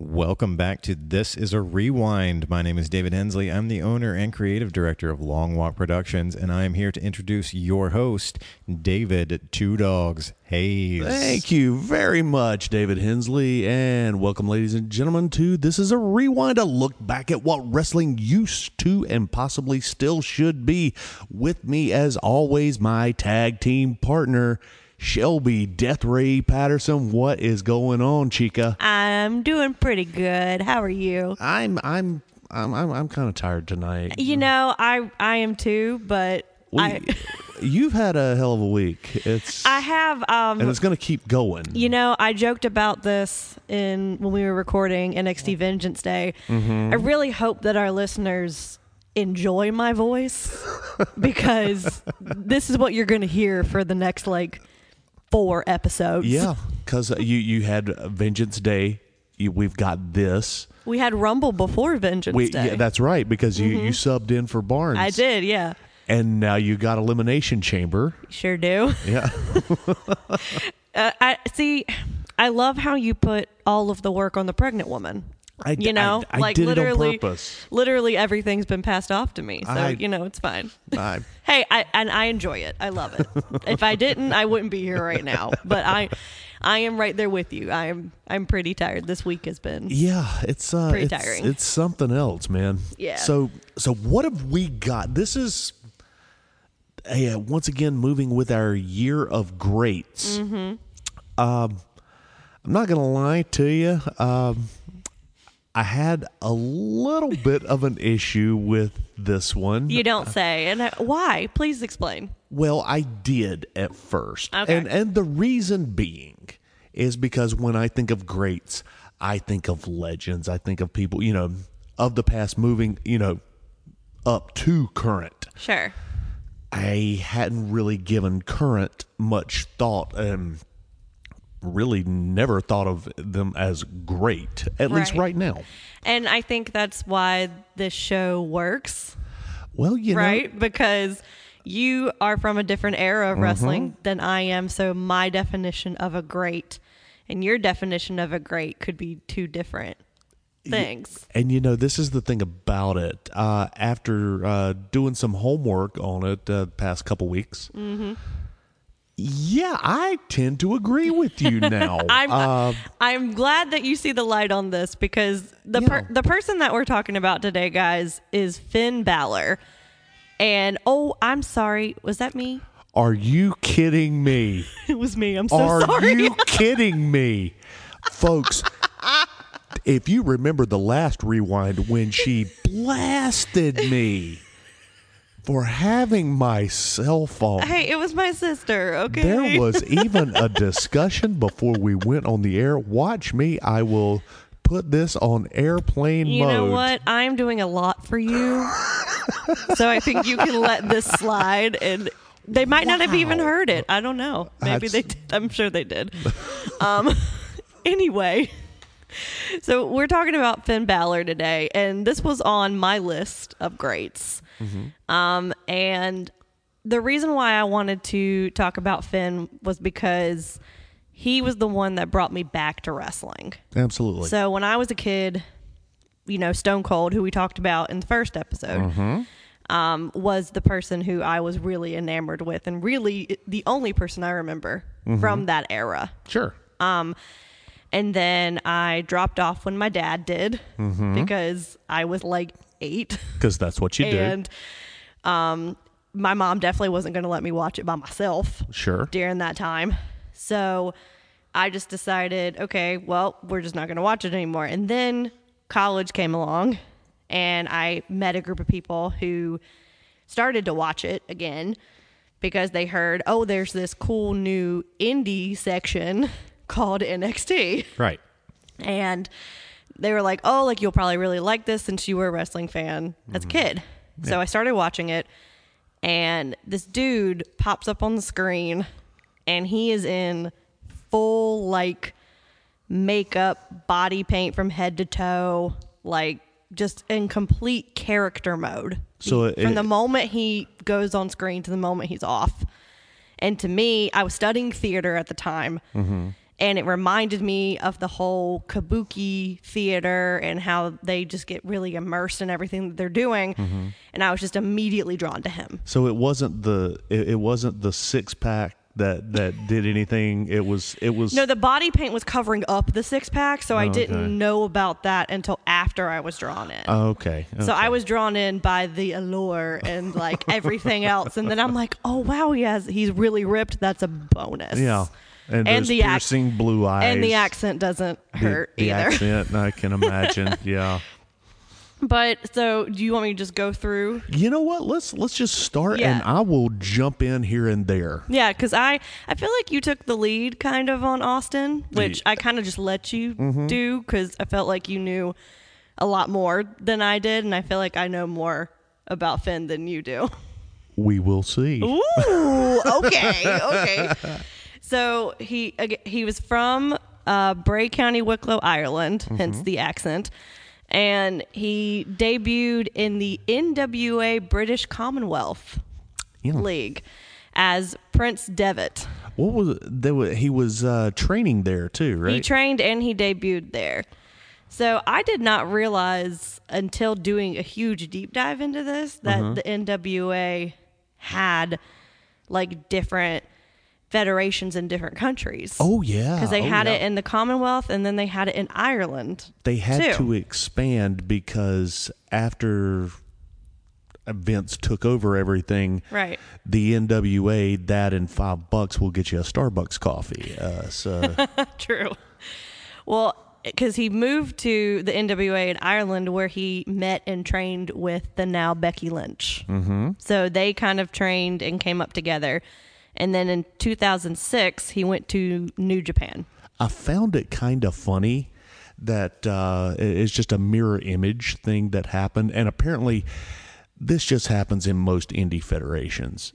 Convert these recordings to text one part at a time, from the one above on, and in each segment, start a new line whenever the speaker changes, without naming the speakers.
Welcome back to This is a Rewind. My name is David Hensley. I'm the owner and creative director of Long Walk Productions, and I am here to introduce your host, David Two Dogs Hayes.
Thank you very much, David Hensley, and welcome, ladies and gentlemen, to This is a Rewind, a look back at what wrestling used to and possibly still should be. With me, as always, my tag team partner, Shelby Death Ray Patterson. What is going on, Chica?
I'm doing pretty good. How are you?
I'm I'm I'm I'm, I'm kind of tired tonight.
You know, I I am too, but
Mm. We-
I
you've had a hell of a week. It's
I have
and
um
it's going to keep going.
you know, I joked about this in when we were recording
Mm-hmm.
NXT Vengeance Day. I really hope that our listeners enjoy my voice because this is what you're going to hear for the next like four episodes.
Yeah, because uh, you you had Vengeance Day. You, we've got this.
We had Rumble before Vengeance
We,
Day. Mm-hmm.
yeah, that's right because you you subbed in for Barnes.
I did, yeah.
and now you got Elimination Chamber.
Sure do.
Yeah,
Uh, I see. I love how you put all of the work on the pregnant woman.
I d-
you know,
I- I
like
did it on
literally,
purpose.
literally everything's been passed off to me, so
I-
you know it's fine.
I,
Hey, I and I enjoy it. I love it. if I didn't, I wouldn't be here right now. But I, I am right there with you. I'm I'm pretty tired. This week has been.
yeah. It's uh,
Pretty
it's,
tiring.
it's something else, man.
Yeah.
So so what have we got? This is. Yeah, once again, moving with our year of greats. Um,
Mm-hmm.
I'm not gonna lie to you. Um, I had a little bit of an issue with this one.
You don't say. And I, why? Please explain.
Well, I did at first.
Okay.
And and the reason being is because when I think of greats, I think of legends. I think of people, you know, of the past moving, you know, up to current.
Sure.
I hadn't really given current much thought and really never thought of them as great, at least
Right.
right now.
And I think that's why this show works.
Well, you know,
right? Because you are from a different era of wrestling than I am. So my definition of a great and your definition of a great could be two different things.
And you know, this is the thing about it. Uh, after uh, doing some homework on it uh, the past couple weeks,
Mm-hmm.
yeah, I tend to agree with you now.
I'm
Uh,
I'm glad that you see the light on this because the
Yeah.
per- the person that we're talking about today, guys, is Finn Balor. And oh, I'm sorry. Was that me?
are you kidding me?
It was me. I'm so
Are
sorry.
you kidding me, folks? If you remember the last rewind when she blasted me for having my cell phone.
Hey, it was my sister. Okay.
There was even a discussion before we went on the air. Watch me. I will put this on airplane
You
mode.
know what? I'm doing a lot for you. so I think you can let this slide and they might not have even
Wow.
heard it. I don't know. Maybe
That's-
they did. I'm sure they did. Um anyway. So we're talking about Finn Balor today, and this was on my list of greats.
Mm-hmm.
Um, and the reason why I wanted to talk about Finn was because he was the one that brought me back to wrestling.
Absolutely.
So when I was a kid, you know, Stone Cold, who we talked about in the first episode, um, was the person who I was really enamored with, and really the only person I remember from that era.
sure.
And then I dropped off when my dad did because I was like eight,
Because that's what you
and um, my mom definitely wasn't going to let me watch it by myself
do. Sure.
during that time. So I just decided, okay, well, we're just not going to watch it anymore. And then college came along and I met a group of people who started to watch it again because they heard, oh, there's this cool new indie section called NXT.
Right.
And they were like, oh, like you'll probably really like this since you were a wrestling fan
Mm-hmm.
as a kid. So I started watching it, and this dude pops up on the screen, and he is in full like makeup, body paint from head to toe, like just in complete character mode.
So
He-
it-
from
it-
the moment he goes on
Mm-hmm.
screen to the moment he's off. And to me, I was studying theater at the time. and it reminded me of the whole kabuki theater and how they just get really immersed in everything that they're doing
Mm-hmm.
and i was just immediately drawn to him
So it wasn't the it, it wasn't the six pack that that did anything. It was it was
no the body paint was covering up the six pack so i didn't
Oh, okay. Oh,
know about that until after i was drawn in
okay. Uh,
So I was drawn in by the allure and like everything else, and then I'm like, oh wow, he has he's really ripped. That's a bonus.
yeah, and,
and
those
the ac-
piercing blue eyes
and the accent doesn't
the-
hurt
the
either.
accent, I can imagine. yeah.
But so, do you want me to just go through?
You know what? Let's let's just start,
Yeah.
and I will jump in here and there.
Yeah, because I I feel like you took the lead kind of on Austin, which I kind of just let you do because I felt like you knew a lot more than I did, and I feel like I know more about Finn than you do.
We will see.
Ooh, okay, okay. So he ag- he was from uh, Bray County, Wicklow, Ireland, hence the accent. And he debuted in the NWA British Commonwealth
Yeah.
League as Prince Devitt.
What was it? They were, he was uh, training there too,
He
right?
trained and he debuted there. So I did not realize until doing a huge deep dive into this that
Uh-huh.
the NWA had like different federations in different countries.
oh yeah,
Because they
Oh,
had
yeah.
it in the Commonwealth and then they had it in Ireland.
They had
too.
to expand because after events took over everything,
Right.
The NWA that and five bucks will get you a Starbucks coffee. Uh, so
True. Well, because he moved to the NWA in Ireland where he met and trained with the now Becky Lynch. Mm-hmm. So they kind of trained and came up together. And then in 2006, he went to New Japan.
I found it kind of funny that uh, it- it's just a mirror image thing that happened, and apparently this just happens in most indie federations.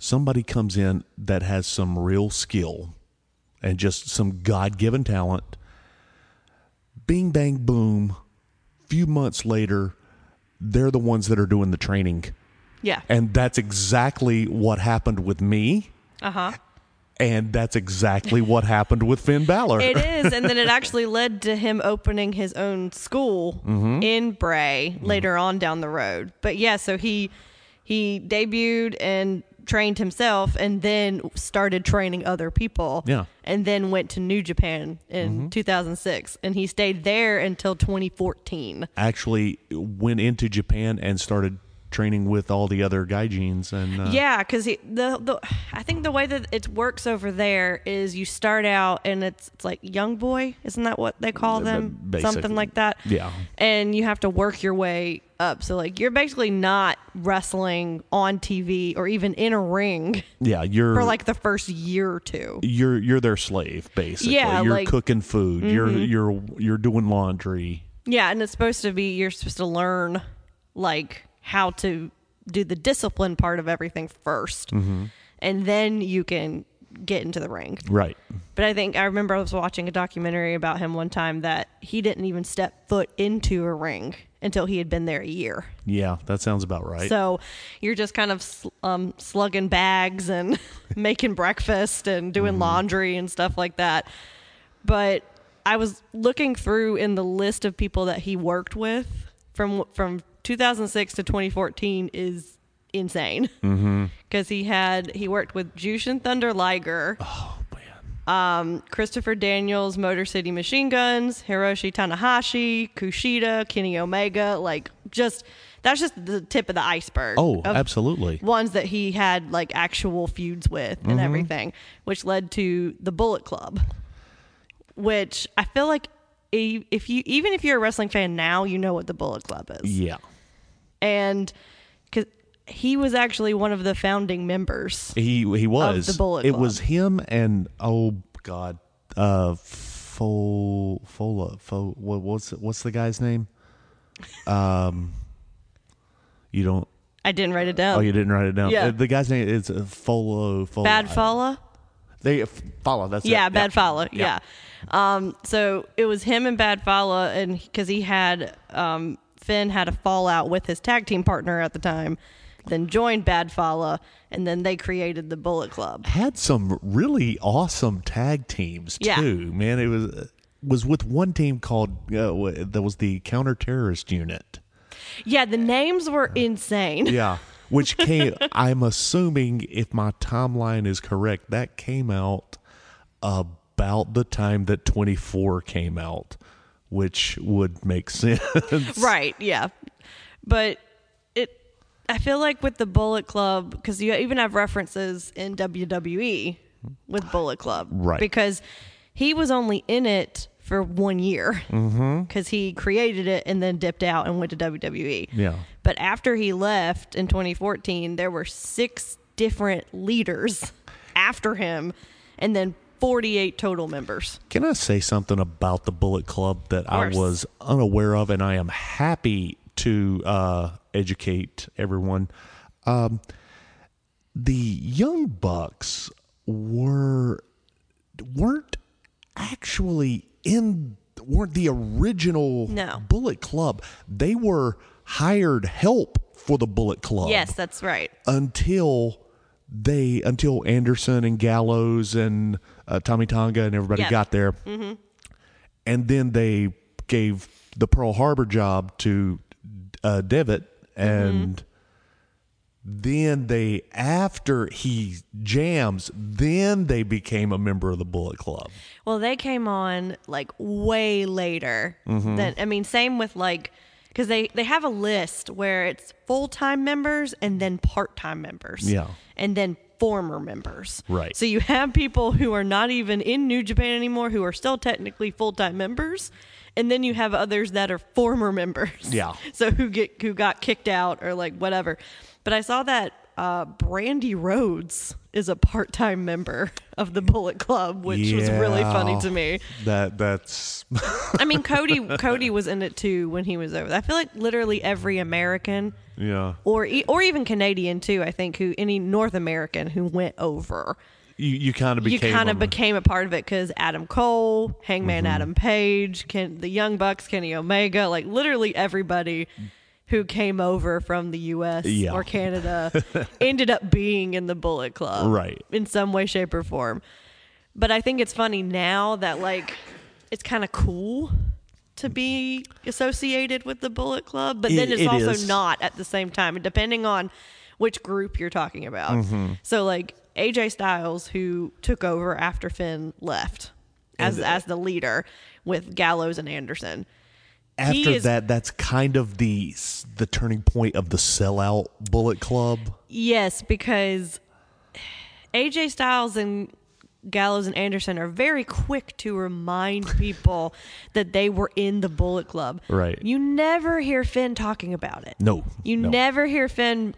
Somebody comes in that has some real skill and just some god-given talent. Bing bang boom. Few months later, they're the ones that are doing the training,
Yeah.
and that's exactly what happened with me.
Uh huh.
And that's exactly what happened with Finn Balor.
It is, and then it actually led to him opening his own school in Bray later on down the road. But yeah, so he he debuted and trained himself, and then started training other people.
Yeah.
and then went to New Japan in 2006, and he stayed there until 2014.
actually went into Japan and started training with all the other gaijins and uh,
Yeah, because the the I think the way that it works over there is you start out and it's, it's like young boy, isn't that what they call them?
basically,
Something like that.
yeah.
and you have to work your way up. So like you're basically not wrestling on TV or even in a ring
yeah, you're
for like the first year or two.
you're you're their slave basically.
Yeah,
you're
like- mm-hmm.
cooking food. You're you're you're doing laundry.
Yeah, and it's supposed to be you're supposed to learn like how to do the discipline part of everything 1st
Mm-hmm.
and then you can get into the ring.
Right.
But I think I remember I was watching a documentary about him one time that he didn't even step foot into a ring until he had been there a year.
Yeah, that sounds about right.
So you're just kind of sl- um, slugging bags and making breakfast and doing laundry and stuff like that. But I was looking through in the list of people that he worked with from from 2006 to 2014 is insane because he had he worked with Jushin Thunder Liger. Um,
oh man.
Christopher Daniels, Motor City Machine Guns, Hiroshi Tanahashi, Kushida, Kenny Omega, like just that's just the tip of the iceberg.
Oh,
of
absolutely. Mm-hmm.
Ones that he had like actual feuds with and everything, which led to the Bullet Club, which I feel like e- if you even if you're a wrestling fan now, you know what the Bullet Club is
Yeah.
and because he was actually one of the founding members.
He he was.
the Bullet
it
Club.
was him and oh god, uh Fo Fola Fo what what's what's the guy's name? Um you don't
I didn't write it down.
Oh, you didn't write it down.
Yeah.
Uh, The guy's name is uh, Folo. Folo.
Bad fella.
They follow. That's
yeah,
it.
Bad Fala.
Yeah.
Yeah. Um, so it was him and Bad Fala, and because he had um, Finn had a fallout with his tag team partner at the time then joined Badfala, and then they created the Bullet Club.
had some really awesome tag teams
Yeah.
too. Man, it was uh, was with one team called uh, wa- that was the counter terrorist unit.
Yeah, the names were insane.
Yeah, which came. I'm assuming if my timeline is correct, that came out about the time that 24 came out, which would make sense.
Right, yeah. But it I feel like with the Bullet Club cuz you even have references in WWE with Bullet Club.
Right.
Because he was only in it for 1 year.
Mm-hmm.
Mhm. Cuz he created it and then dipped out and went to WWE.
Yeah.
But after he left in 2014, there were 6 different leaders after him and then 48 total members.
Can I say something about the Bullet Club that I
course.
was unaware of, and I am happy to uh, educate everyone? Um, the Young Bucks were weren't actually in weren't the original
No.
Bullet Club. They were hired help for the Bullet Club
Yes, that's right.
until they until Anderson and Gallows and uh, Tommy Tonga and everybody
Yeah. Mm-hmm.
got there, and then they gave the Pearl Harbor job to uh, Devitt, and
Mm-hmm.
then they after he jams, then they became a member of the Bullet Club.
Well, they came on like way later.
Mm-hmm.
Than, I mean, same with like because they they have a list where it's full time members and then part time members.
Yeah.
and then former members.
Right.
So you have people who are not even in New Japan anymore who are still technically full time members. And then you have others that are former members.
Yeah.
So who get who got kicked out or like whatever. But I saw that uh, Brandy Rhodes is a part time member of the Bullet Club, which was really funny
Yeah.
to me.
That that's
I mean, Cody Cody was in it too when he was over. there. I feel like literally every American
yeah.
or e- or even Canadian too. I think who any North American who went over,
You you kind of
you
became
kind
a-
of became a part of it because Adam Cole, Hangman
Mm-hmm.
Adam Page, Ken, the Young Bucks, Kenny Omega, like literally everybody who came over from the U.S.
Yeah.
or Canada ended up being in the Bullet Club,
Right.
in some way, shape, or form. But I think it's funny now that like it's kind of cool to be associated with the Bullet Club, but then
It-
it's
it
also
is.
not at the same time, and depending on which group you're talking about.
Mm-hmm.
So like AJ Styles, who took over after Finn left as as the leader with Gallows and Anderson.
after
He is-
that that's kind of the the turning point of the sellout bullet club
Yes, because AJ Styles and Gallows and Anderson are very quick to remind people that they were in the Bullet Club.
Right.
You never hear Finn talking about it.
no
You
no.
never hear Finn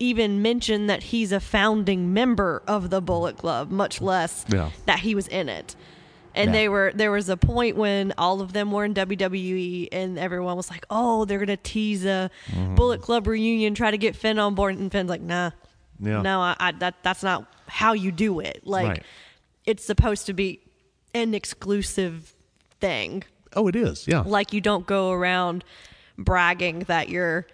even mention that he's a founding member of the Bullet Club, much less
Yeah.
that he was in it. And
Yeah.
they were there was a point when all of them were in WWE and everyone was like, "Oh, they're gonna tease a
Mm-hmm.
Bullet Club reunion, try to get Finn on board." And Finn's like, "Nah,
Yeah.
no, I, I that that's not how you do it. Like,
Right.
it's supposed to be an exclusive thing."
oh it is yeah
like you don't go around bragging that you're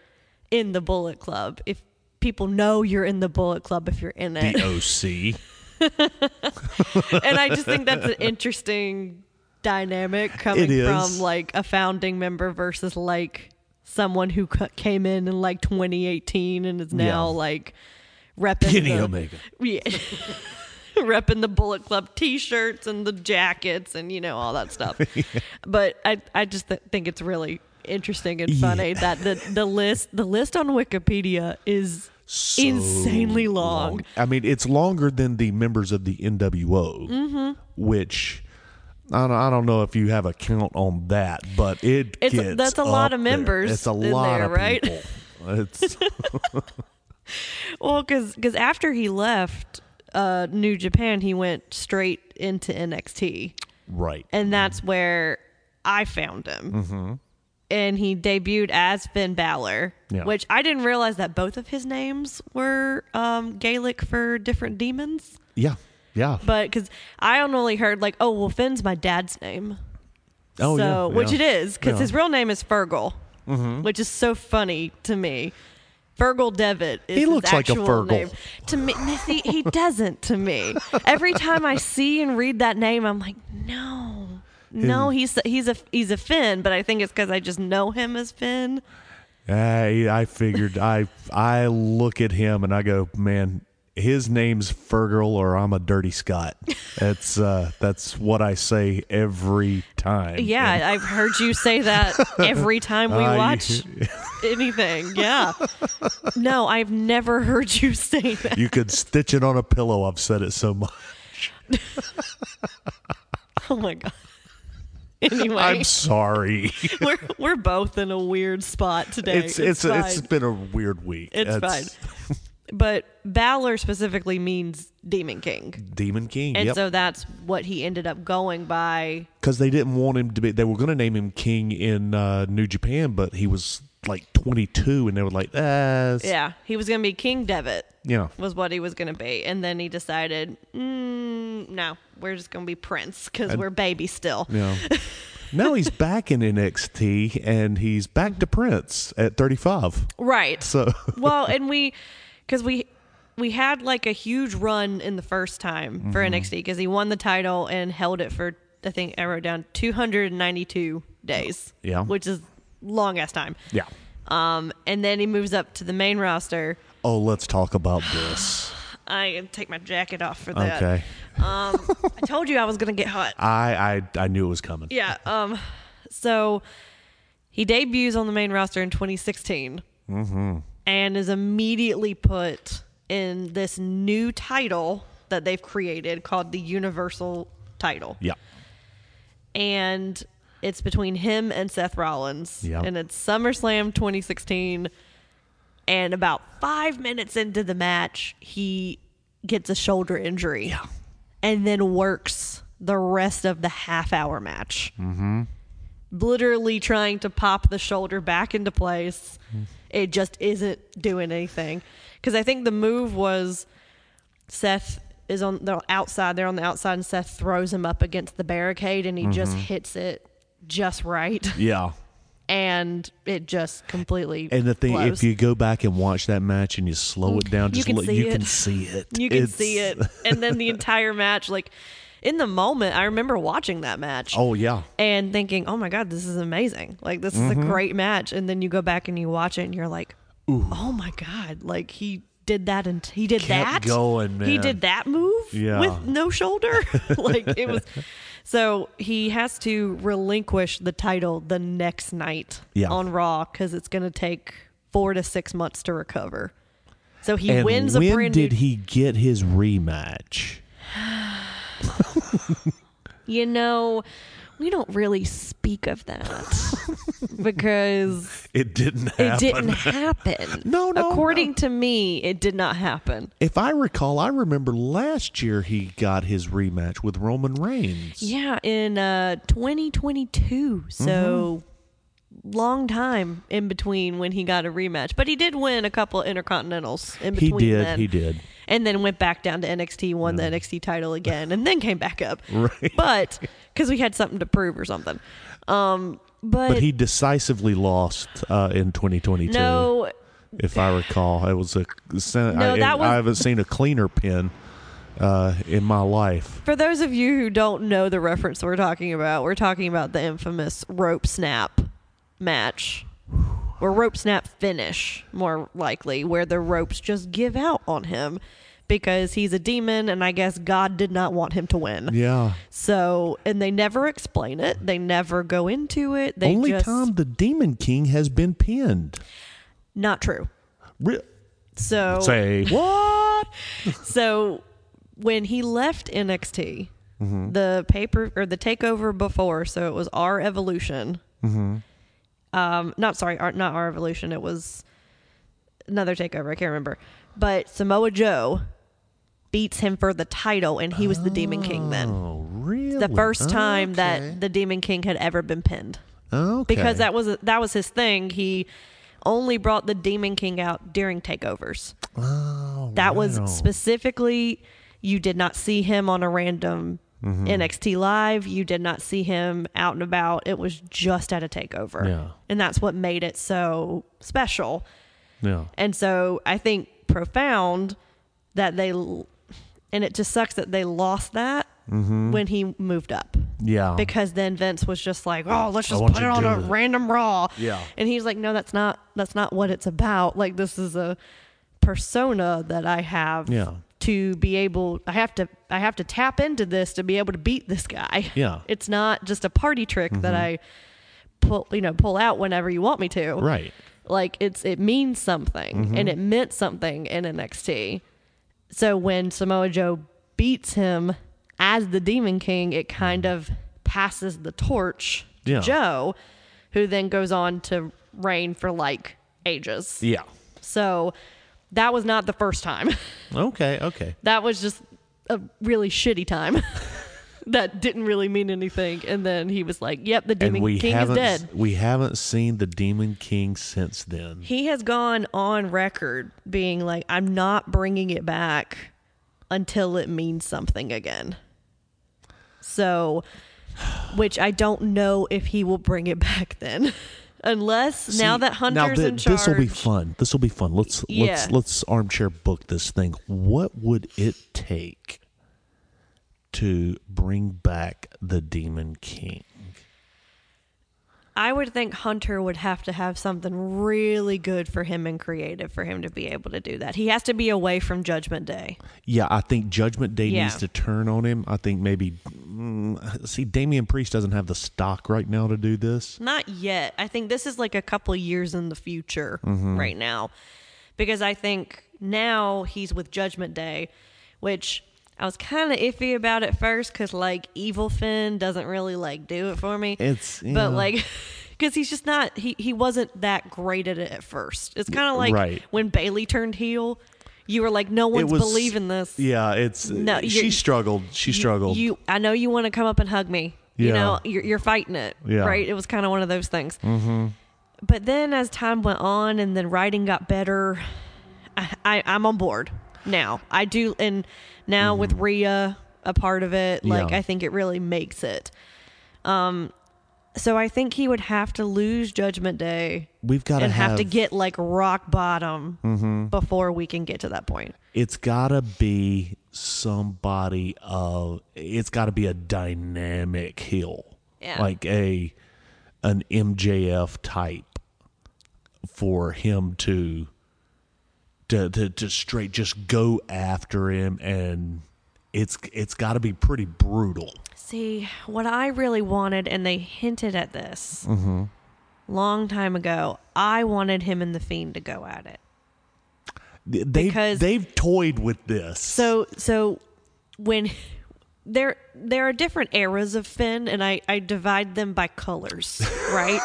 in the bullet club if people know you're in the bullet club if you're in
the
it
oc
and i just think that's an interesting dynamic coming
It is.
from like a founding member versus like someone who c- came in in like 2018 and is now
Yeah.
like repping
Kenny
the,
Omega.
yeah repping the bullet club t-shirts and the jackets and you know all that stuff but i i just th- think it's really interesting and funny that the the list the list on wikipedia is insanely long,
i mean it's longer than the members of the nwo
Mm-hmm.
which I don't, I don't know if you have a count on that but it
It's-
gets
that's a lot
up
of
there.
members
it's a
in
lot
there,
of
right?
people it's
well cuz cuz after he left uh new japan he went straight into nxt
right
and that's where I found him. And he debuted as Finn Balor,
Yeah.
which I didn't realize that both of his names were um, Gaelic for different demons.
yeah yeah
But because I only heard like, oh well, Finn's my dad's name,
oh
so
yeah
which
yeah. Mm-hmm.
it is because
Yeah.
his real name is Fergal, which is so funny to me. Fergal Devitt is
He
his
looks like a
actual
Fergal.
name. To me, see, he doesn't to me. Every time I see and read that name, I'm like, no, no, he's he's a he's a Finn, but I think it's because I just know him as Finn.
I, I figured I I look at him and I go, man, his name's Fergal or I'm a dirty Scot. That's uh, that's what I say every time.
Yeah, I've heard you say that every time we
I-
watch anything. Yeah. No, I've never heard you say that.
You could stitch it on a pillow. I've said it so much.
Oh my god. Anyway,
I'm sorry.
we're we're both in a weird spot today.
It's it's
fine.
it's been a weird week.
It's but Balor specifically means Demon King.
Demon King.
And
yep.
so that's what he ended up going by.
because they didn't want him to be. They were going to name him King in uh, New Japan, but he was like 22, and they were like, ah, it's-
Yeah, he was going to be King Devitt.
you know,
Was what he was going to be. And then he decided, mm, no, we're just going to be Prince because we're baby still.
you know. now he's back in NXT, and he's back to Prince at 35.
Right.
So
well, and we, because we, we had like a huge run in the first time for
Mm-hmm.
NXT because he won the title and held it for I think I wrote down 292 days.
Yeah.
which is long ass time.
yeah.
Um, and then he moves up to the main roster.
Oh, let's talk about this.
I can take my jacket off for that.
Okay.
I told you I was gonna get hot.
I I I knew it was coming.
Yeah. Um. So he debuts on the main roster in 2016, and is immediately put in this new title that they've created called the Universal Title,
Yeah.
and it's between him and Seth Rollins,
Yeah.
and it's SummerSlam 2016. And about five minutes into the match, he gets a shoulder injury, yeah. and then works the rest of the half-hour match. literally trying to pop the shoulder back into place. It just isn't doing anything. Because I think the move was Seth is on the outside. They're on the outside, and Seth throws him up against the barricade, and he
Mm-hmm.
just hits it just right,
Yeah.
and it just completely.
And the thing,
blows.
if you go back and watch that match and you slow it down,
You
just
can
look,
see
you
it.
can see it.
you can
It's-
see it, and then the entire match, like in the moment, I remember watching that match.
Oh yeah.
and thinking, "Oh my god, this is amazing! Like this is
Mm-hmm.
a great match." And then you go back and you watch it, and you're like, "Oh my god! Like he did that, and he did that.
Kept going,
He
man.
did that move
Yeah.
with no shoulder. like it was." So he has to relinquish the title the next night
Yeah.
on Raw because it's going to take four to six months to recover. So he
and
wins a
when
brand
did
new.
he get his rematch?
you know, we don't really speak of that because
It didn't happen.
It didn't happen.
No, no,
According to me, it did not happen.
If I recall, I remember last year he got his rematch with Roman Reigns.
Yeah, in uh, 2022. So
Mm-hmm.
long time in between when he got a rematch, but he did win a couple of intercontinentals in
He
between.
did,
then.
he did.
and then went back down to NXT, won the NXT title again, and then came back up. Right, but because we had something to prove or something. Um, but,
But he decisively lost uh, in 2022.
no,
If I recall, it was a. I,
that was-
I haven't seen a cleaner pin uh, in my life.
For those of you who don't know the reference we're talking about, we're talking about the infamous rope snap match or rope snap finish, more likely, where the ropes just give out on him because he's a demon and I guess God did not want him to win.
Yeah.
So, and they never explain it, they never go into it. They
Only
just,
time the Demon King has been pinned.
Not true.
Re-
So,
Say what?
so when he left NXT,
Mm-hmm.
the paper or the takeover before, so it was our evolution.
Mm-hmm.
Um, not sorry, our, not our evolution. It was another takeover. I can't remember. But Samoa Joe beats him for the title, and he was the Demon King then.
Oh, really?
The first time
Okay.
that the Demon King had ever been pinned
Okay.
because that was that was his thing. He only brought the Demon King out during takeovers. that
Oh, wow.
was specifically you did not see him on a random
Mm-hmm.
NXT live. You did not see him out and about. It was just at a takeover,
Yeah.
and that's what made it so special.
Yeah.
And so I think profound that they, l- and it just sucks that they lost that
Mm-hmm.
when he moved up.
Yeah.
Because then Vince was just like, oh, let's just
want
put it
you
on
to
a
do it."
random Raw.
Yeah.
And he's like, no, that's not that's not what it's about. Like this is a persona that I have.
Yeah.
To be able, I have to I have to tap into this to be able to beat this guy.
Yeah. Mm-hmm.
It's not just a party trick that I pull you know pull out whenever you want me to
Right.
like it's it means something
Mm-hmm.
and it meant something in NXT. So when Samoa Joe beats him as the Demon King, it kind of passes the torch
Mm-hmm.
to
Yeah.
Joe, who then goes on to reign for like ages.
Yeah.
So that was not the first time.
Okay. Okay.
that was just a really shitty time. that didn't really mean anything and then he was like, "Yep, the Demon
and we
King is
haven't
dead."
we haven't seen the Demon King since then.
he has gone on record being like i'm not bringing it back until it means something again so which i don't know if he will bring it back then unless now
See,
that hunter's
thi-
in charge
This will be fun. This will be fun. Let's
Yeah.
let's let's armchair book this thing. What would it take to bring back the Demon King?
i would think hunter would have to have something really good for him and creative for him to be able to do that he has to be away from judgment day
Yeah, I think Judgment Day
Yeah.
needs to turn on him. I think maybe mm, see Damian Priest doesn't have the stock right now to do this.
Not yet. I think this is like a couple years in the future
Mm-hmm.
right now. Because I think now he's with Judgment Day, which I was kind of iffy about at first because like Evil Finn doesn't really like do it for me.
It's- yeah.
but like because he's just not he he wasn't that great at it at first. It's kind of like
Right.
when Bailey turned heel. You were like, no one's believing this.
Yeah, it's
No,
she
you-
struggled. She
You-
struggled.
You, I know you want to come up and hug me. You
Yeah.
know, you're, you're fighting it,
Yeah.
right? It was kind of one of those things. Mm-hmm. But then as time went on and then writing got better, I, I, I'm on board now. I do, and now with Rhea a part of it, like
Mm-hmm. Yeah.
I think it really makes it. Um, so I think he would have to lose Judgment Day
We've got to
and have,
have Mm-hmm.
to get like rock bottom before we can get to that point.
it's got to be somebody of it's got to be a dynamic heel
Yeah.
like a an mjf type for him to to, to to straight just go after him and it's it's got to be pretty brutal
See, what I really wanted, and they hinted at this long time ago, I wanted him and the Fiend to go at it.
they
Because-
they've toyed with this
So, so when there there are different eras of Finn, and I I divide them by colors, right?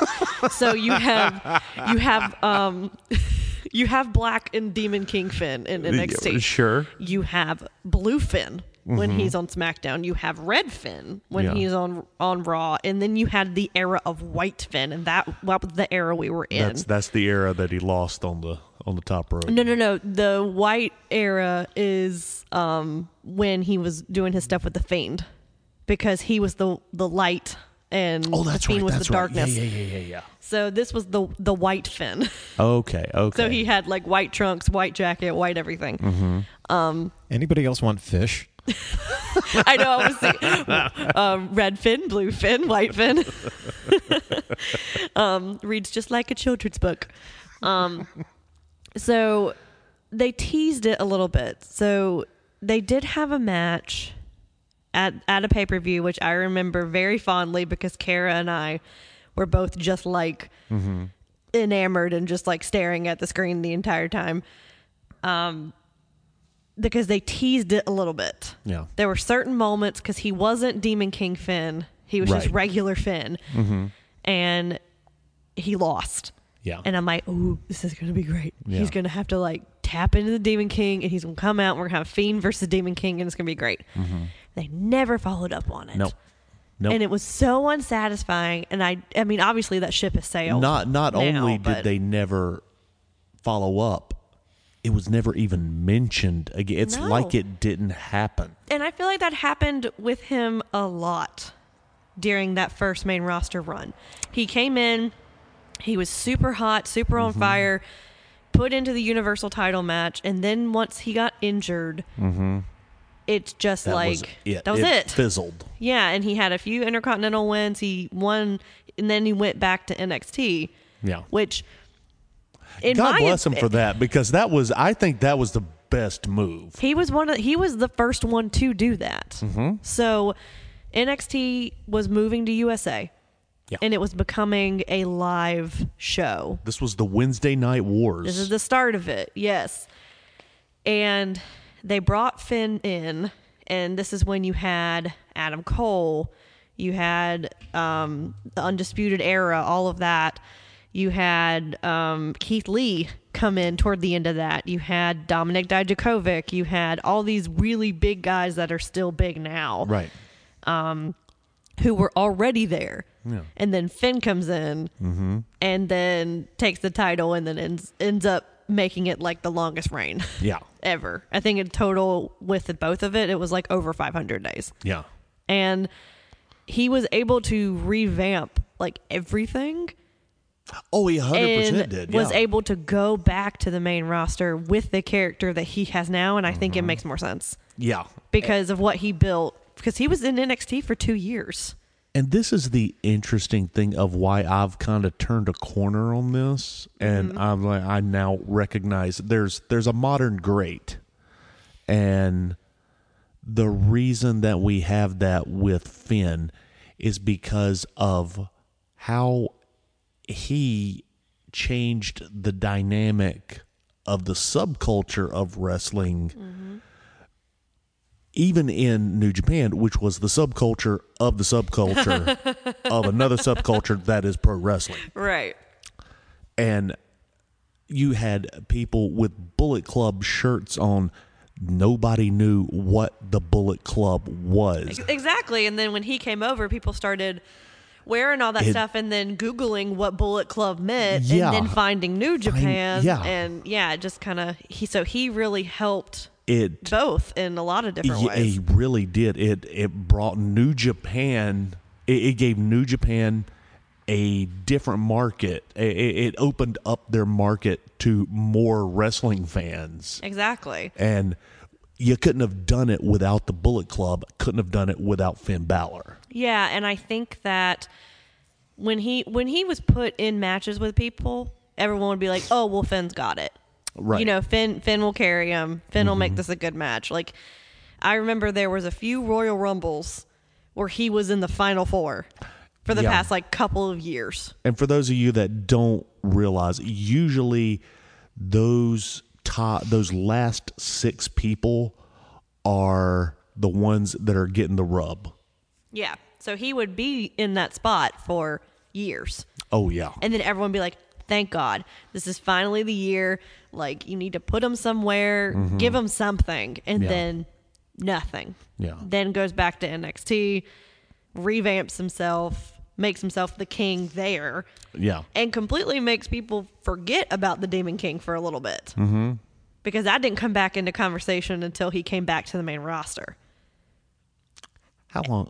so you have you have um you have black and Demon King Finn in NXT.
sure Mm-hmm.
you have blue fin when he's on SmackDown. You have red fin when
Yeah.
he's on on Raw, and then you had the era of white fin, and that that was the era we were in.
that's that's the era that he lost on the on the top rope
no, no, no. The white era is um, when he was doing his stuff with the Fiend, because he was the the light, and
oh that's
the Fiend
right
was
that's
the
right
darkness.
yeah yeah yeah yeah
So this was the the white fin.
yeah okay okay
so he had like white trunks, white jacket, white everything.
Anybody else want fish?
I know. I was thinking, um, red fin, blue fin, white fin. um, reads just like a children's book. Um, so they teased it a little bit. So they did have a match at at a pay per view, which I remember very fondly because Kara and I were both just like enamored and just like staring at the screen the entire time. Um, because they teased it a little bit.
Yeah.
There were certain moments because he wasn't Demon King Finn. He was just
Right. Mm-hmm.
regular Finn. And he lost.
Yeah.
And I'm like, ooh, this is going to be great. He's
Yeah.
going to have to like tap into the Demon King and he's going to come out and we're going to have Fiend versus Demon King and it's going to be great.
Mm-hmm.
They never followed up on it.
no. No.
And it was so unsatisfying. And I, I mean, obviously that ship has sailed.
not not
now,
only
but-
did they never follow up, it was never even mentioned again. It's
No.
like it didn't happen.
And I feel like that happened with him a lot during that first main
Mm-hmm.
roster run. He came in, he was super hot, super on fire, put into the Universal title match, and then once he got injured, it's just
Mm-hmm. That
like
was it.
that was it.
Fizzled.
yeah, and he had a few intercontinental wins. He won, and then he went back to NXT.
Yeah.
which in
God
my
bless him for that because that was I think that was the best move.
He was one of he was the first one to do that. So NXT was moving to USA.
Yeah.
And it was becoming a live show.
This was the Wednesday Night Wars.
This is the start of it. Yes. And they brought Finn in and this is when you had Adam Cole, you had um, the Undisputed Era, all of that. You had um, Keith Lee come in toward the end of that. You had Dominic Dijakovic. You had all these really big guys that are still big now
right.
who were already there. And then Finn comes in
Mm-hmm.
and then takes the title and then ends, ends up making it like the longest reign
Yeah.
ever. I think in total with the both of it, it was like over 500 days.
Yeah.
And he was able to revamp like everything
Oh, he hundred percent
and
did.
was
yeah.
able to go back to the main roster with the character that he has now. And I think
Mm-hmm.
it makes more sense
yeah.
because of what he built. Because he was in NXT for two years.
And this is the interesting thing of why I've kind of turned a corner on this, and I'm like, I now recognize there's there's a modern great, and the reason that we have that with Finn is because of how he changed the dynamic of the subculture of wrestling even in New Japan, which was the subculture of the subculture of another subculture that is pro wrestling.
Right.
And you had people with Bullet Club shirts on. Nobody knew what the Bullet Club was.
Exactly. And then when he came over, people started wearing all that
It-
stuff and then Googling what Bullet Club meant
Yeah.
and then finding New Japan.
yeah.
And yeah, it just kind of, he, so he really helped
It
both in a lot of different
Yeah,
ways.
it really did. It it brought New Japan. It, it gave New Japan a different market. It, it it opened up their market to more wrestling fans,
Exactly.
and you couldn't have done it without the Bullet Club. Couldn't have done it without Finn Balor.
Yeah, and I think that when he when he was put in matches with people, everyone would be like, "Oh, well, Finn's got it."
Right. Mm-hmm.
You know, Finn Finn will carry him. Finn will make this a good match. Like, I remember there was a few Royal Rumbles where he was in the final four for the
Yeah.
past like couple of years.
And for those of you that don't realize, usually those top, those last six people are the ones that are getting the rub.
Yeah, so he would be in that spot for years.
Oh yeah.
and then everyone be like thank god this is finally the year like you need to put him somewhere give him something and
Mm-hmm. Yeah.
then nothing
Yeah.
then goes back to nxt revamps himself makes himself the king there
Yeah.
and completely makes people forget about the demon king for a little bit mm-hmm. because i didn't come back into conversation until he came back to the main roster
How long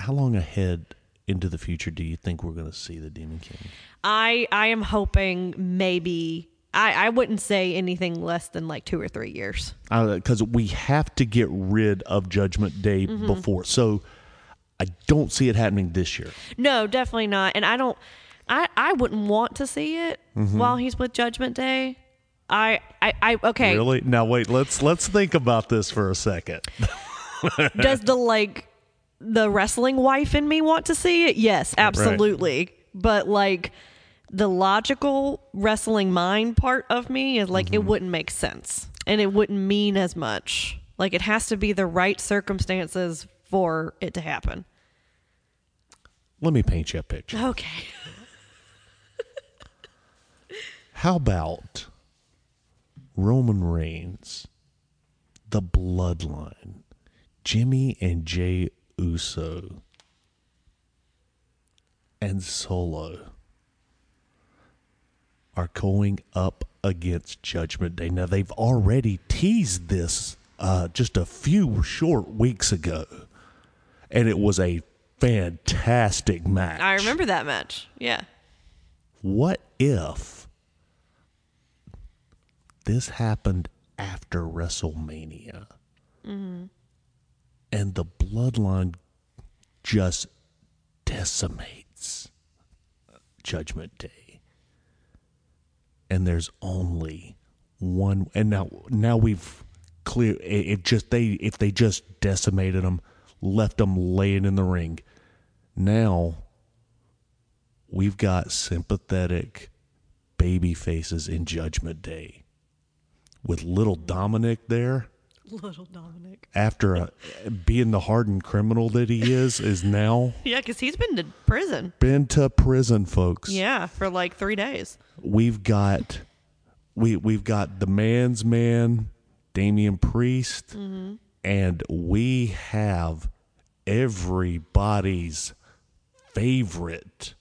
how long ahead into the future do you think we're gonna see the Demon King?
i i am hoping maybe i i wouldn't say anything less than like two or three years
Because Uh, we have to get rid of Judgment Day before. So I don't see it happening this year.
No, definitely not. And I don't. I I wouldn't want to see it while he's with Judgment Day. I I, I okay.
Really? Now wait, let's let's think about this for a second.
Does the like the wrestling wife in me want to see it? Yes, absolutely. But like the logical wrestling mind part of me is like it wouldn't make sense and it wouldn't mean as much. Like it has to be the right circumstances for it to happen.
Let me paint you a picture.
Okay.
How about Roman Reigns, the Bloodline, Jimmy and Jay Uso, and Solo are going up against Judgment Day. Now, they've already teased this uh, just a few short weeks ago, and it was a fantastic match.
I remember that match. Yeah.
What if this happened after WrestleMania. And the bloodline just decimates Judgment Day. And there's only one and now now we've clear i- if just they if they just decimated them, left them laying in the ring. Now we've got sympathetic baby faces in Judgment Day with little Dominic there
Little Dominic.
after a, being the hardened criminal that he is is now
Yeah, because he's been to prison.
been to prison folks
Yeah, for like three days.
we've got we we've got the man's man Damian Priest and we have everybody's favorite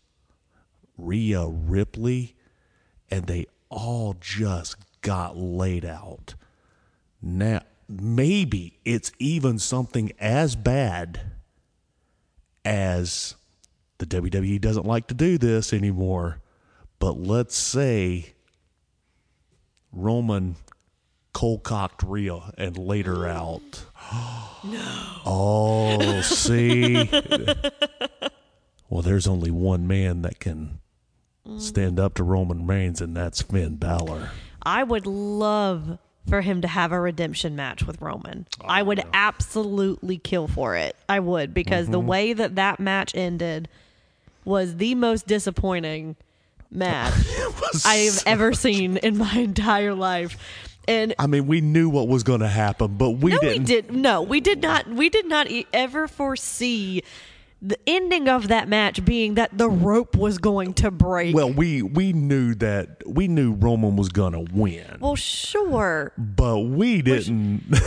Rhea Ripley and they all just got laid out now maybe it's even something as bad as the WWE doesn't like to do this anymore, but let's say Roman cold cocked Rhea and laid her out. No. Oh, see. well, there's only one man that can stand up to Roman Reigns, and that's Finn Balor.
I would love for him to have a redemption match with Roman.
Oh,
I would absolutely kill for it. I would because
Mm-hmm.
the way that that match ended was the most disappointing match I've ever seen in my entire life. And
I mean, we knew what was going to happen, but we
no,
didn't.
we did no, we did not. We did not e- ever foresee the ending of that match being that the rope was going to break.
Well, we we knew that we knew Roman was gonna win,
well sure.
but we didn't.
which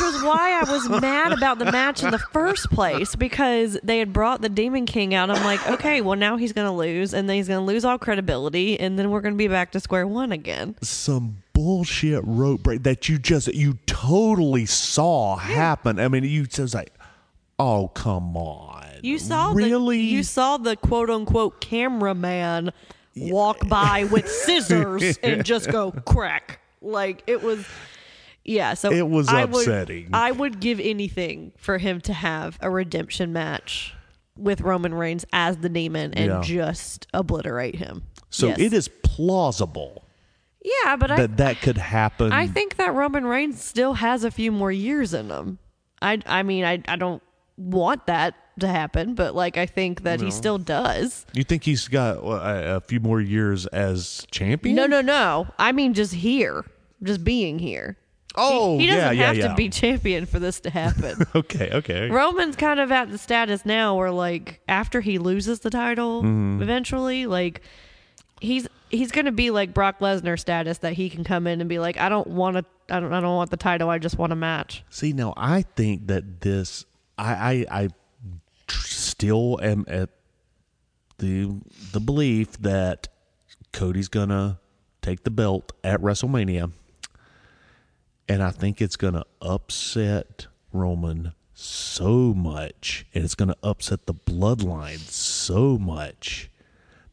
was why I was mad about the match in the first place because they had brought the Demon King out. I'm like, okay, well now he's gonna lose, and then he's gonna lose all credibility, and then we're gonna be back to square one again.
some bullshit rope break that you just you totally saw happen. I mean, you it was like, oh come on,
You saw
really
the, you saw the quote unquote cameraman walk by with scissors and just go crack. Like it was yeah, so
It was
I would-
upsetting.
I would give anything for him to have a redemption match with Roman Reigns as the demon and
Yeah.
just obliterate him.
so
Yes.
it is plausible
Yeah, but I
that that could happen.
I think that Roman Reigns still has a few more years in him. I I mean I I don't want that to happen, but like I think that he still does.
you think he's got uh, a few more years as champion?
No, no, no. I mean, just here, just being here.
Oh,
he doesn't
yeah,
have
yeah,
to
yeah.
be champion for this to happen.
Okay, okay.
Roman's kind of at the status now where, like, after he loses the title,
Mm-hmm.
eventually, like, he's he's gonna be like Brock Lesnar status that he can come in and be like, I don't want to, I don't, I don't want the title. I just want a match.
See, now I think that this, I, I, I tr- still am at the the belief that Cody's gonna take the belt at WrestleMania, and I think it's gonna upset Roman so much, and it's gonna upset the bloodline so much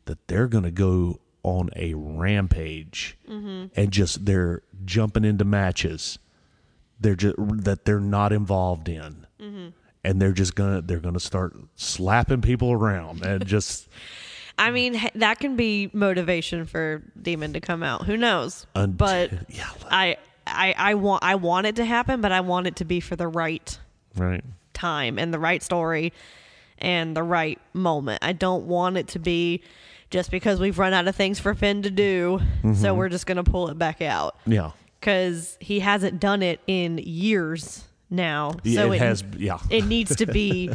that they're going to go on a rampage and just they're jumping into matches they're just that they're not involved in
Mm-hmm.
and they're just going to they're going to start slapping people around and just
I
Mm.
mean, h- that can be motivation for Demon to come out. Who knows?
Unt-
but
yeah
I, I, I want, I want it to happen, but I want it to be for the right
right
time and the right story and the right moment. I don't want it to be just because we've run out of things for Finn to do,
Mm-hmm.
so we're just going to pull it back out
yeah
because he hasn't done it in years now.
Yeah,
so
it has- yeah.
it needs to be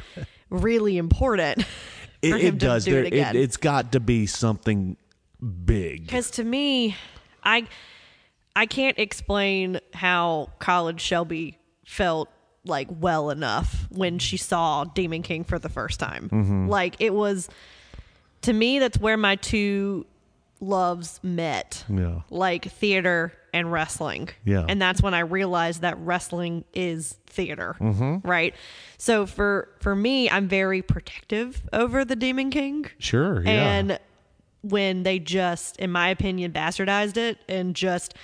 really important.
it,
For him
it
to
does
do it
There-
again.
it's got to be something big
Because to me, I I can't explain how College Shelby felt like well enough when she saw Demon King for the first time.
Mm-hmm.
Like it was to me that's where my two loves met.
Yeah.
Like theater and wrestling.
Yeah.
And that's when I realized that wrestling is theater.
Mm-hmm.
Right. So for for me, I'm very protective over the Demon King.
sure yeah
And when they just, in my opinion, bastardized it and just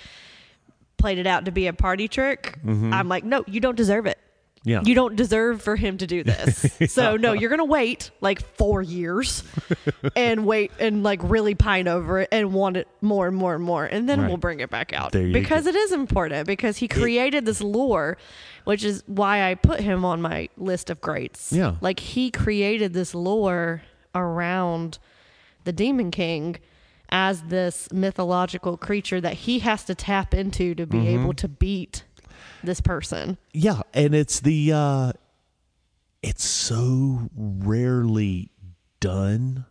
played it out to be a party trick,
Mm-hmm.
I'm like, no, you don't deserve it.
Yeah.
You don't deserve for him to do this. So no, you're gonna wait like four years and wait and like really pine over it and want it more and more and more. And then
Right.
we'll bring it back out.
There you go.
because it is important because he created this lore, which is why I put him on my list of greats.
Yeah.
Like he created this lore around the Demon King as this mythological creature that he has to tap into to be
Mm-hmm.
able to beat this person.
Yeah, and it's the uh it's so rarely done.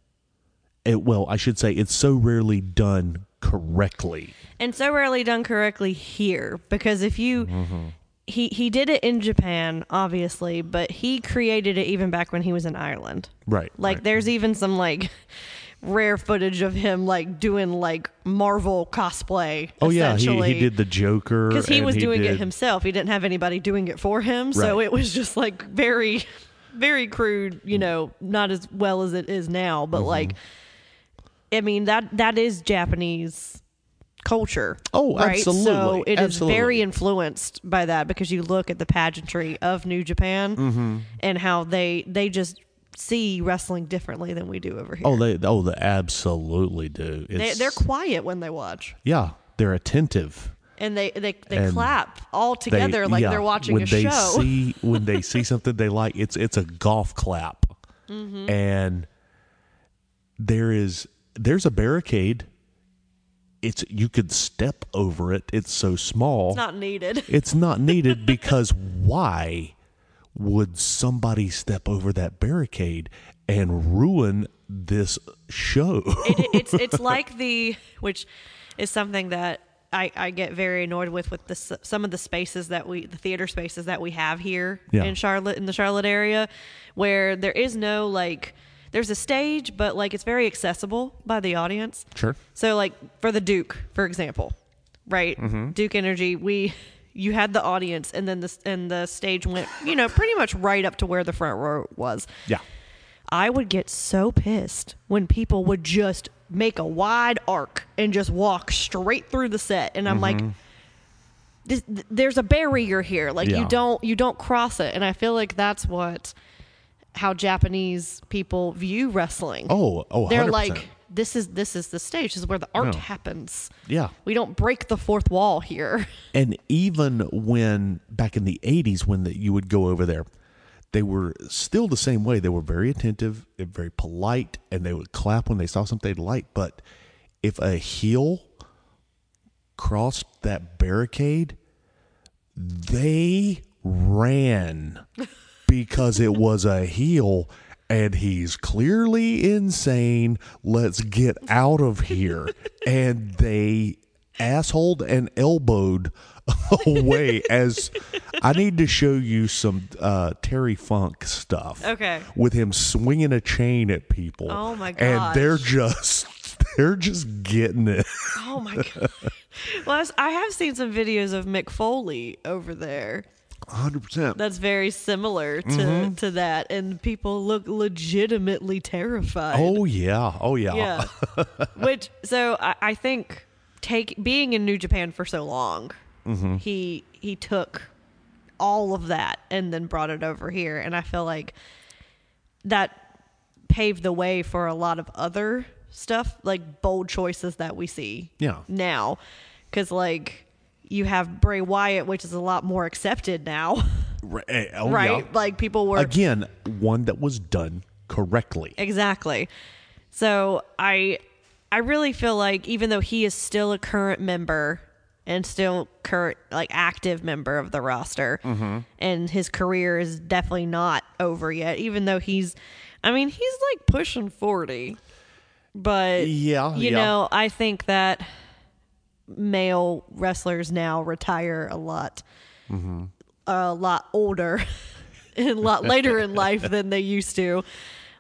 It, well, I should say it's so rarely done correctly.
and so rarely done correctly here because if you
Mm-hmm.
he he did it in Japan obviously but he created it even back when he was in Ireland
Right,
like
right.
there's even some like rare footage of him like doing like Marvel cosplay
Oh yeah, he,
essentially.
he did the Joker
because he
and
was doing it
did-
himself. He didn't have anybody doing it for him, so
Right. Mm-hmm.
it was just like very, very crude. You know, not as well as it is now, but like, I mean that that is Japanese culture.
Oh,
right? So
absolutely,
it is
absolutely.
very influenced by that because you look at the pageantry of New Japan
Mm-hmm.
and how they they just see wrestling differently than we do over here.
Oh, they oh they absolutely do.
they,
It's,
they're quiet when they watch.
yeah, they're attentive.
and they they, they
And
clap all
They-
together like
yeah,
they're watching
when
a
they
show.
See, when they see something they like, it's it's a golf clap,
Mm-hmm.
and there is there's a barricade. It's you could step over it. It's so small.
it's not needed.
It's not needed because why would somebody step over that barricade and ruin this show?
it, it's it's like the which is something that I, I get very annoyed with with the s- some of the spaces that we the theater spaces that we have here
Yeah.
in Charlotte in the Charlotte area where there is no like there's a stage but like it's very accessible by the audience.
Sure.
So like for the Duke for example, right? Duke Energy we you had the audience and then the and the stage went you know pretty much right up to where the front row was.
yeah.
I would get so pissed when people would just make a wide arc and just walk straight through the set and I'm
Mm-hmm.
like this, th- there's a barrier here like
Yeah.
you don't you don't cross it and I feel like that's what how Japanese people view wrestling.
Oh, oh,
They're
100%.
like this is this is the stage this is where the art
Yeah.
happens.
Oh. Yeah.
We don't break the fourth wall here.
And even when back in the 80s, when the, you would go over there, they were still the same way. They were very attentive and very polite, and they would clap when they saw something they liked. But if a heel crossed that barricade, they ran because it was a heel and he's clearly insane. Let's get out of here. And they assholed and elbowed away as I need to show you some uh, Terry Funk stuff.
Okay.
With him swinging a chain at people.
Oh my
And they're
gosh.
just they're just getting it.
Oh my god. well, I s- I have seen some videos of Mick Foley over there.
100%.
that's very similar to
Mm-hmm.
to that and people look legitimately terrified
Oh yeah. Oh yeah.
yeah which so I, I think take being in new japan for so long
Mm-hmm.
he he took all of that and then brought it over here and i feel like that paved the way for a lot of other stuff like bold choices that we see
Yeah.
now because like you have bray wyatt which is a lot more accepted now
Right. eh, oh,
right?
yeah.
Like people were
Again, one that was done correctly.
exactly. So I I really feel like even though he is still a current member and still current like active member of the roster
Mm-hmm.
and his career is definitely not over yet even though he's I mean he's like pushing 40 but
Yeah,
you
yeah.
know I think that male wrestlers now retire a lot a lot older and a lot later in life than they used to.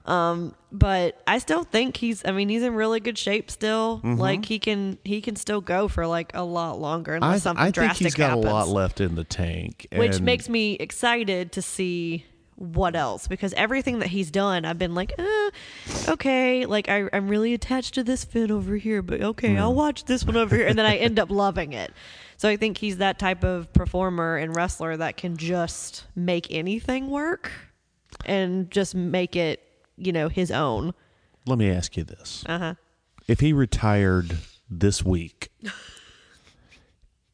Um, but I still think he's I mean, he's in really good shape still.
Mm-hmm.
Like he can he can still go for like a lot longer unless
I,
something
I think
drastic
he's got
happens.
a lot left in the tank,
which
and
makes me excited to see what else because everything that he's done i've been like eh, okay like I, i'm really attached to this fin over here but okay i'll watch this one over here and then i end up loving it so i think he's that type of performer and wrestler that can just make anything work and just make it you know his own
Let me ask you this.
Uh-huh.
If he retired this week,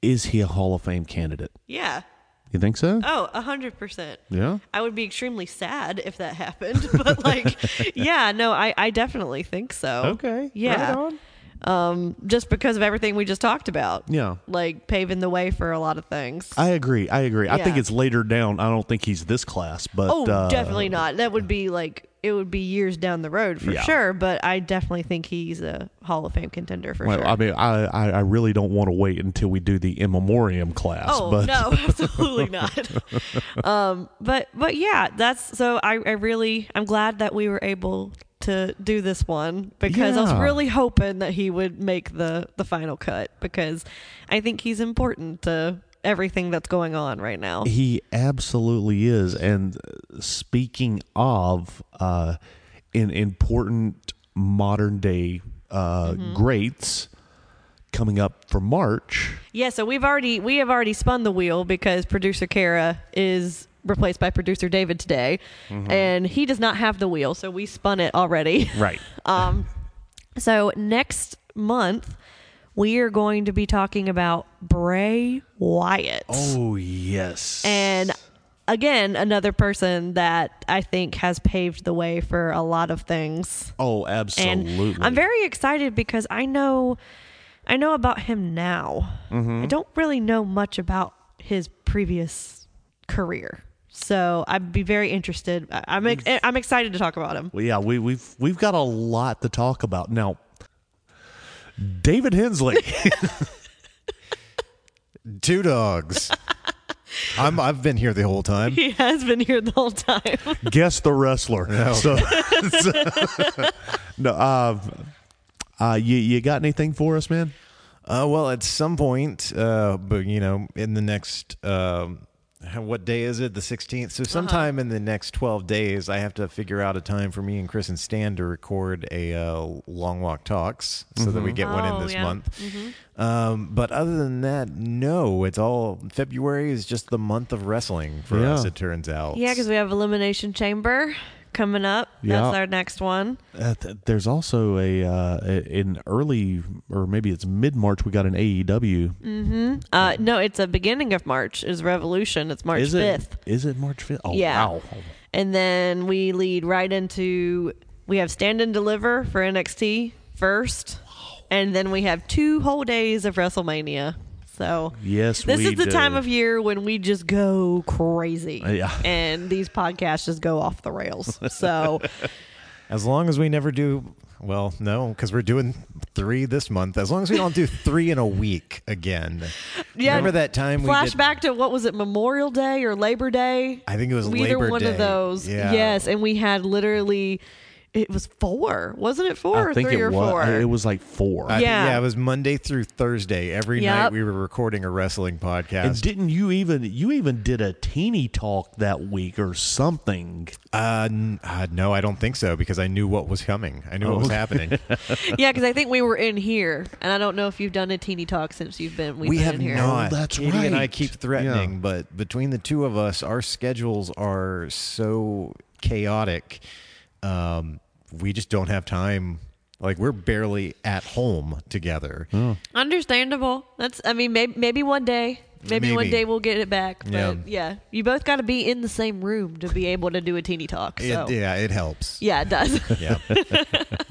is he a Hall of Fame candidate?
yeah
You think so?
oh a hundred percent
yeah.
I would be extremely sad if that happened, but like, yeah, no, I, I definitely think so.
Okay.
Yeah.
Right on.
Um, just because of everything we just talked about.
Yeah.
Like paving the way for a lot of things.
I agree. I agree. I think
Yeah.
it's later down. I don't think he's this class, but
oh,
uh,
definitely not. That would be like, it would be years down the road for
Yeah.
sure, but I definitely think he's a Hall of Fame contender for
uh, well,
sure.
I mean, I, I I really don't want to wait until we do the in memoriam class.
Oh
but
no, absolutely not. um, but but yeah, that's so. I, I really I'm glad that we were able to do this one because I was
Yeah.
really hoping that he would make the the final cut because I think he's important to everything that's going on right now.
He absolutely is. And uh, speaking of uh, an important modern day uh,
Mm-hmm.
greats coming up for March,
Yeah, so we've already we have already spun the wheel because producer Kara is replaced by producer David today,
Mm-hmm.
and he does not have the wheel, so we spun it already.
right?
Um, so next month we are going to be talking about Bray Wyatt,
Oh yes,
and again another person that I think has paved the way for a lot of things.
oh
And
absolutely.
I'm very excited because I know, I know about him now.
Mm-hmm.
I don't really know much about his previous career. So I'd be very interested. I- I'm ex- I'm excited to talk about him.
Well, yeah, we, we've we've got a lot to talk about now. David Hensley,
Two dogs. I'm, I've been here the whole time.
He has been here the whole time.
guess the wrestler. So, no, uh, uh, you you got anything for us, man?
Uh, well, at some point, uh, but you know, in the next, um, how- what day is it? The 16th.
Uh-huh.
So sometime in the next 12 days, I have to figure out a time for me and Chris and Stan to record a uh, long walk talks so that we get one
Oh,
in this
yeah. Mm-hmm.
month. Um, but other than that, no, it's all February is just the month of wrestling for
Yeah.
us. It turns out.
Yeah, because we have Elimination Chamber coming up.
Yeah.
That's our next one.
Uh, th- there's also a uh, a- in early or maybe it's mid March. We got an E AEW.
Uh, no, it's the beginning of March is Revolution. It's March
Is it? Is
5th.
it March fifth? Oh
Yeah.
wow.
And then we lead right into, we have Stand and Deliver for NXT first. And then we have two whole days of WrestleMania. So
Yes,
this
we
is the
do. Uh,
time of year when we just go crazy.
Yeah.
And these podcasts just go off the rails. So
As long as we never do, well, no, because we're doing three this month. As long as we don't do three in a week again.
Yeah.
Remember that time we did-
flashback to what was it Memorial Day or Labor Day?
I think it was
either
Labor
one
Day.
of those.
Yeah.
Yes, and we had literally it was four, wasn't it? Four or
I think
three
it
or
was.
four.
It was like four.
I think-
Yeah.
yeah, it was Monday through Thursday. Every
Yep.
night we were recording a wrestling
And
podcast.
didn't you even you even did a teeny talk that week or something?
uh, n- uh, no, I don't think so because I knew what was coming. I knew what was
Oh.
happening.
yeah, because I think we were in here, and I don't know if you've done a teeny talk since you've been. We've
we
been
have
in here.
not.
Oh, that's
Katie and I
right.
keep threatening, but between the two of us, our schedules are so chaotic. Um, we just don't have time. Like we're barely at home together.
Understandable. That's. I mean, maybe maybe one day. Maybe, one
Maybe.
day we'll get it back. But
Yeah.
yeah, you both got to be in the same room to be able to do a teeny talk.
It-
So.
yeah, it helps.
yeah, it does.
Yeah.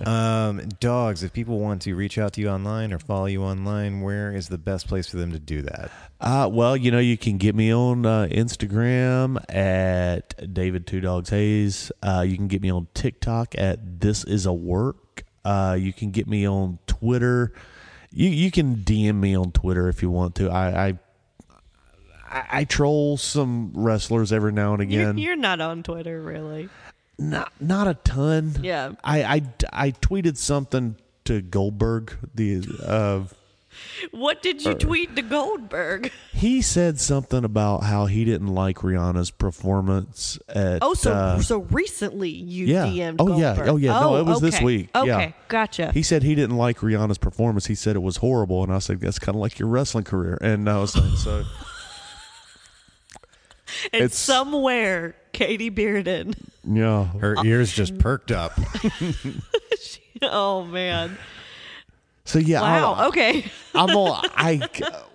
um, dogs, if people want to reach out to you online or follow you online, where is the best place for them to do that?
Uh, well, you know, you can get me on uh, Instagram at David Two Dogs Hayes. Uh, you can get me on TikTok at This Is a Work. Uh, you can get me on Twitter. You you can DM me on Twitter if you want to. I I, I, I troll some wrestlers every now and
you're,
again.
you're not on Twitter, really.
not not a ton.
Yeah.
I I, I tweeted something to Goldberg the uh,
What did you tweet to Goldberg?
He said something about how he didn't like Rihanna's performance at.
Oh, so
uh,
so recently you
yeah.
DM'd
Oh, yeah.
Goldberg.
Oh, yeah. No, it was this
okay.
week.
Okay,
Yeah.
gotcha.
he said he didn't like Rihanna's performance. He said it was horrible, and I said that's kind of like your wrestling career. And I was like, so
and
it's-
somewhere Katie Bearden.
yeah,
Her ears just perked up.
oh man.
so yeah.
Wow. Oh.
I'll,
okay.
I'm all, I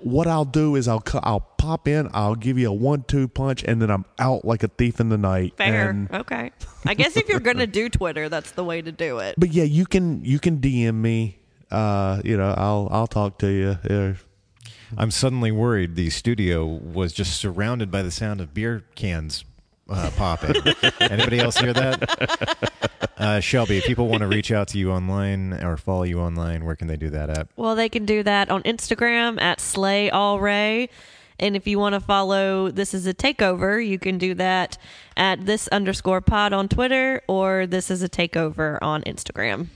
what I'll do is I'll cu- I'll pop in, I'll give you a one-two punch, and then I'm out like a thief in the night.
Fair.
And-
okay. I guess if you're gonna do Twitter, that's the way to do it.
but yeah, you can you can DM me. Uh, you know, I'll I'll talk to you. Yeah.
I'm suddenly worried the studio was just surrounded by the sound of beer cans uh, popping. Anybody else hear that? Uh, Shelby, if people want to reach out to you online or follow you online, where can they do that at?
Well, they can do that on Instagram at Slay All Ray. And if you want to follow This Is a Takeover, you can do that at this underscore pod on Twitter or This Is a Takeover on Instagram.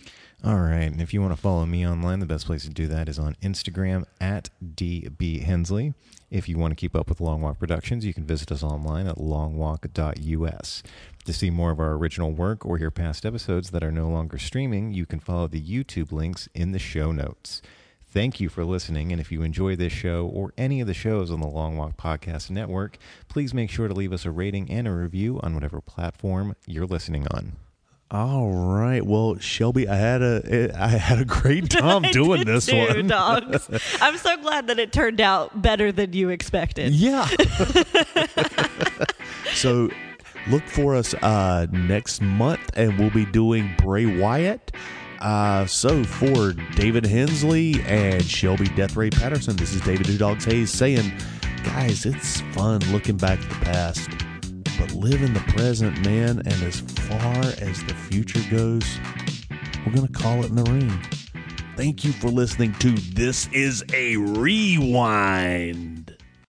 All right. And if you want to follow me online, the best place to do that is on Instagram at DB Hensley. If you want to keep up with Long Walk Productions, you can visit us online at longwalk.us. To see more of our original work or hear past episodes that are no longer streaming, you can follow the YouTube links in the show notes. Thank you for listening. And if you enjoy this show or any of the shows on the Long Walk Podcast Network, please make sure to leave us a rating and a review on whatever platform you're listening on.
All right. Well, Shelby, I had a I had a great time doing this
Two
one.
dogs. I'm so glad that it turned out better than you expected.
Yeah. so look for us uh, next month, and we'll be doing Bray Wyatt. Uh, so for David Hensley and Shelby Death Ray Patterson, this is David Two Dogs Hayes saying, guys, it's fun looking back at the past, but live in the present, man. And as far as the future goes, we're gonna call it in the ring. Thank you for listening to This Is a Rewind.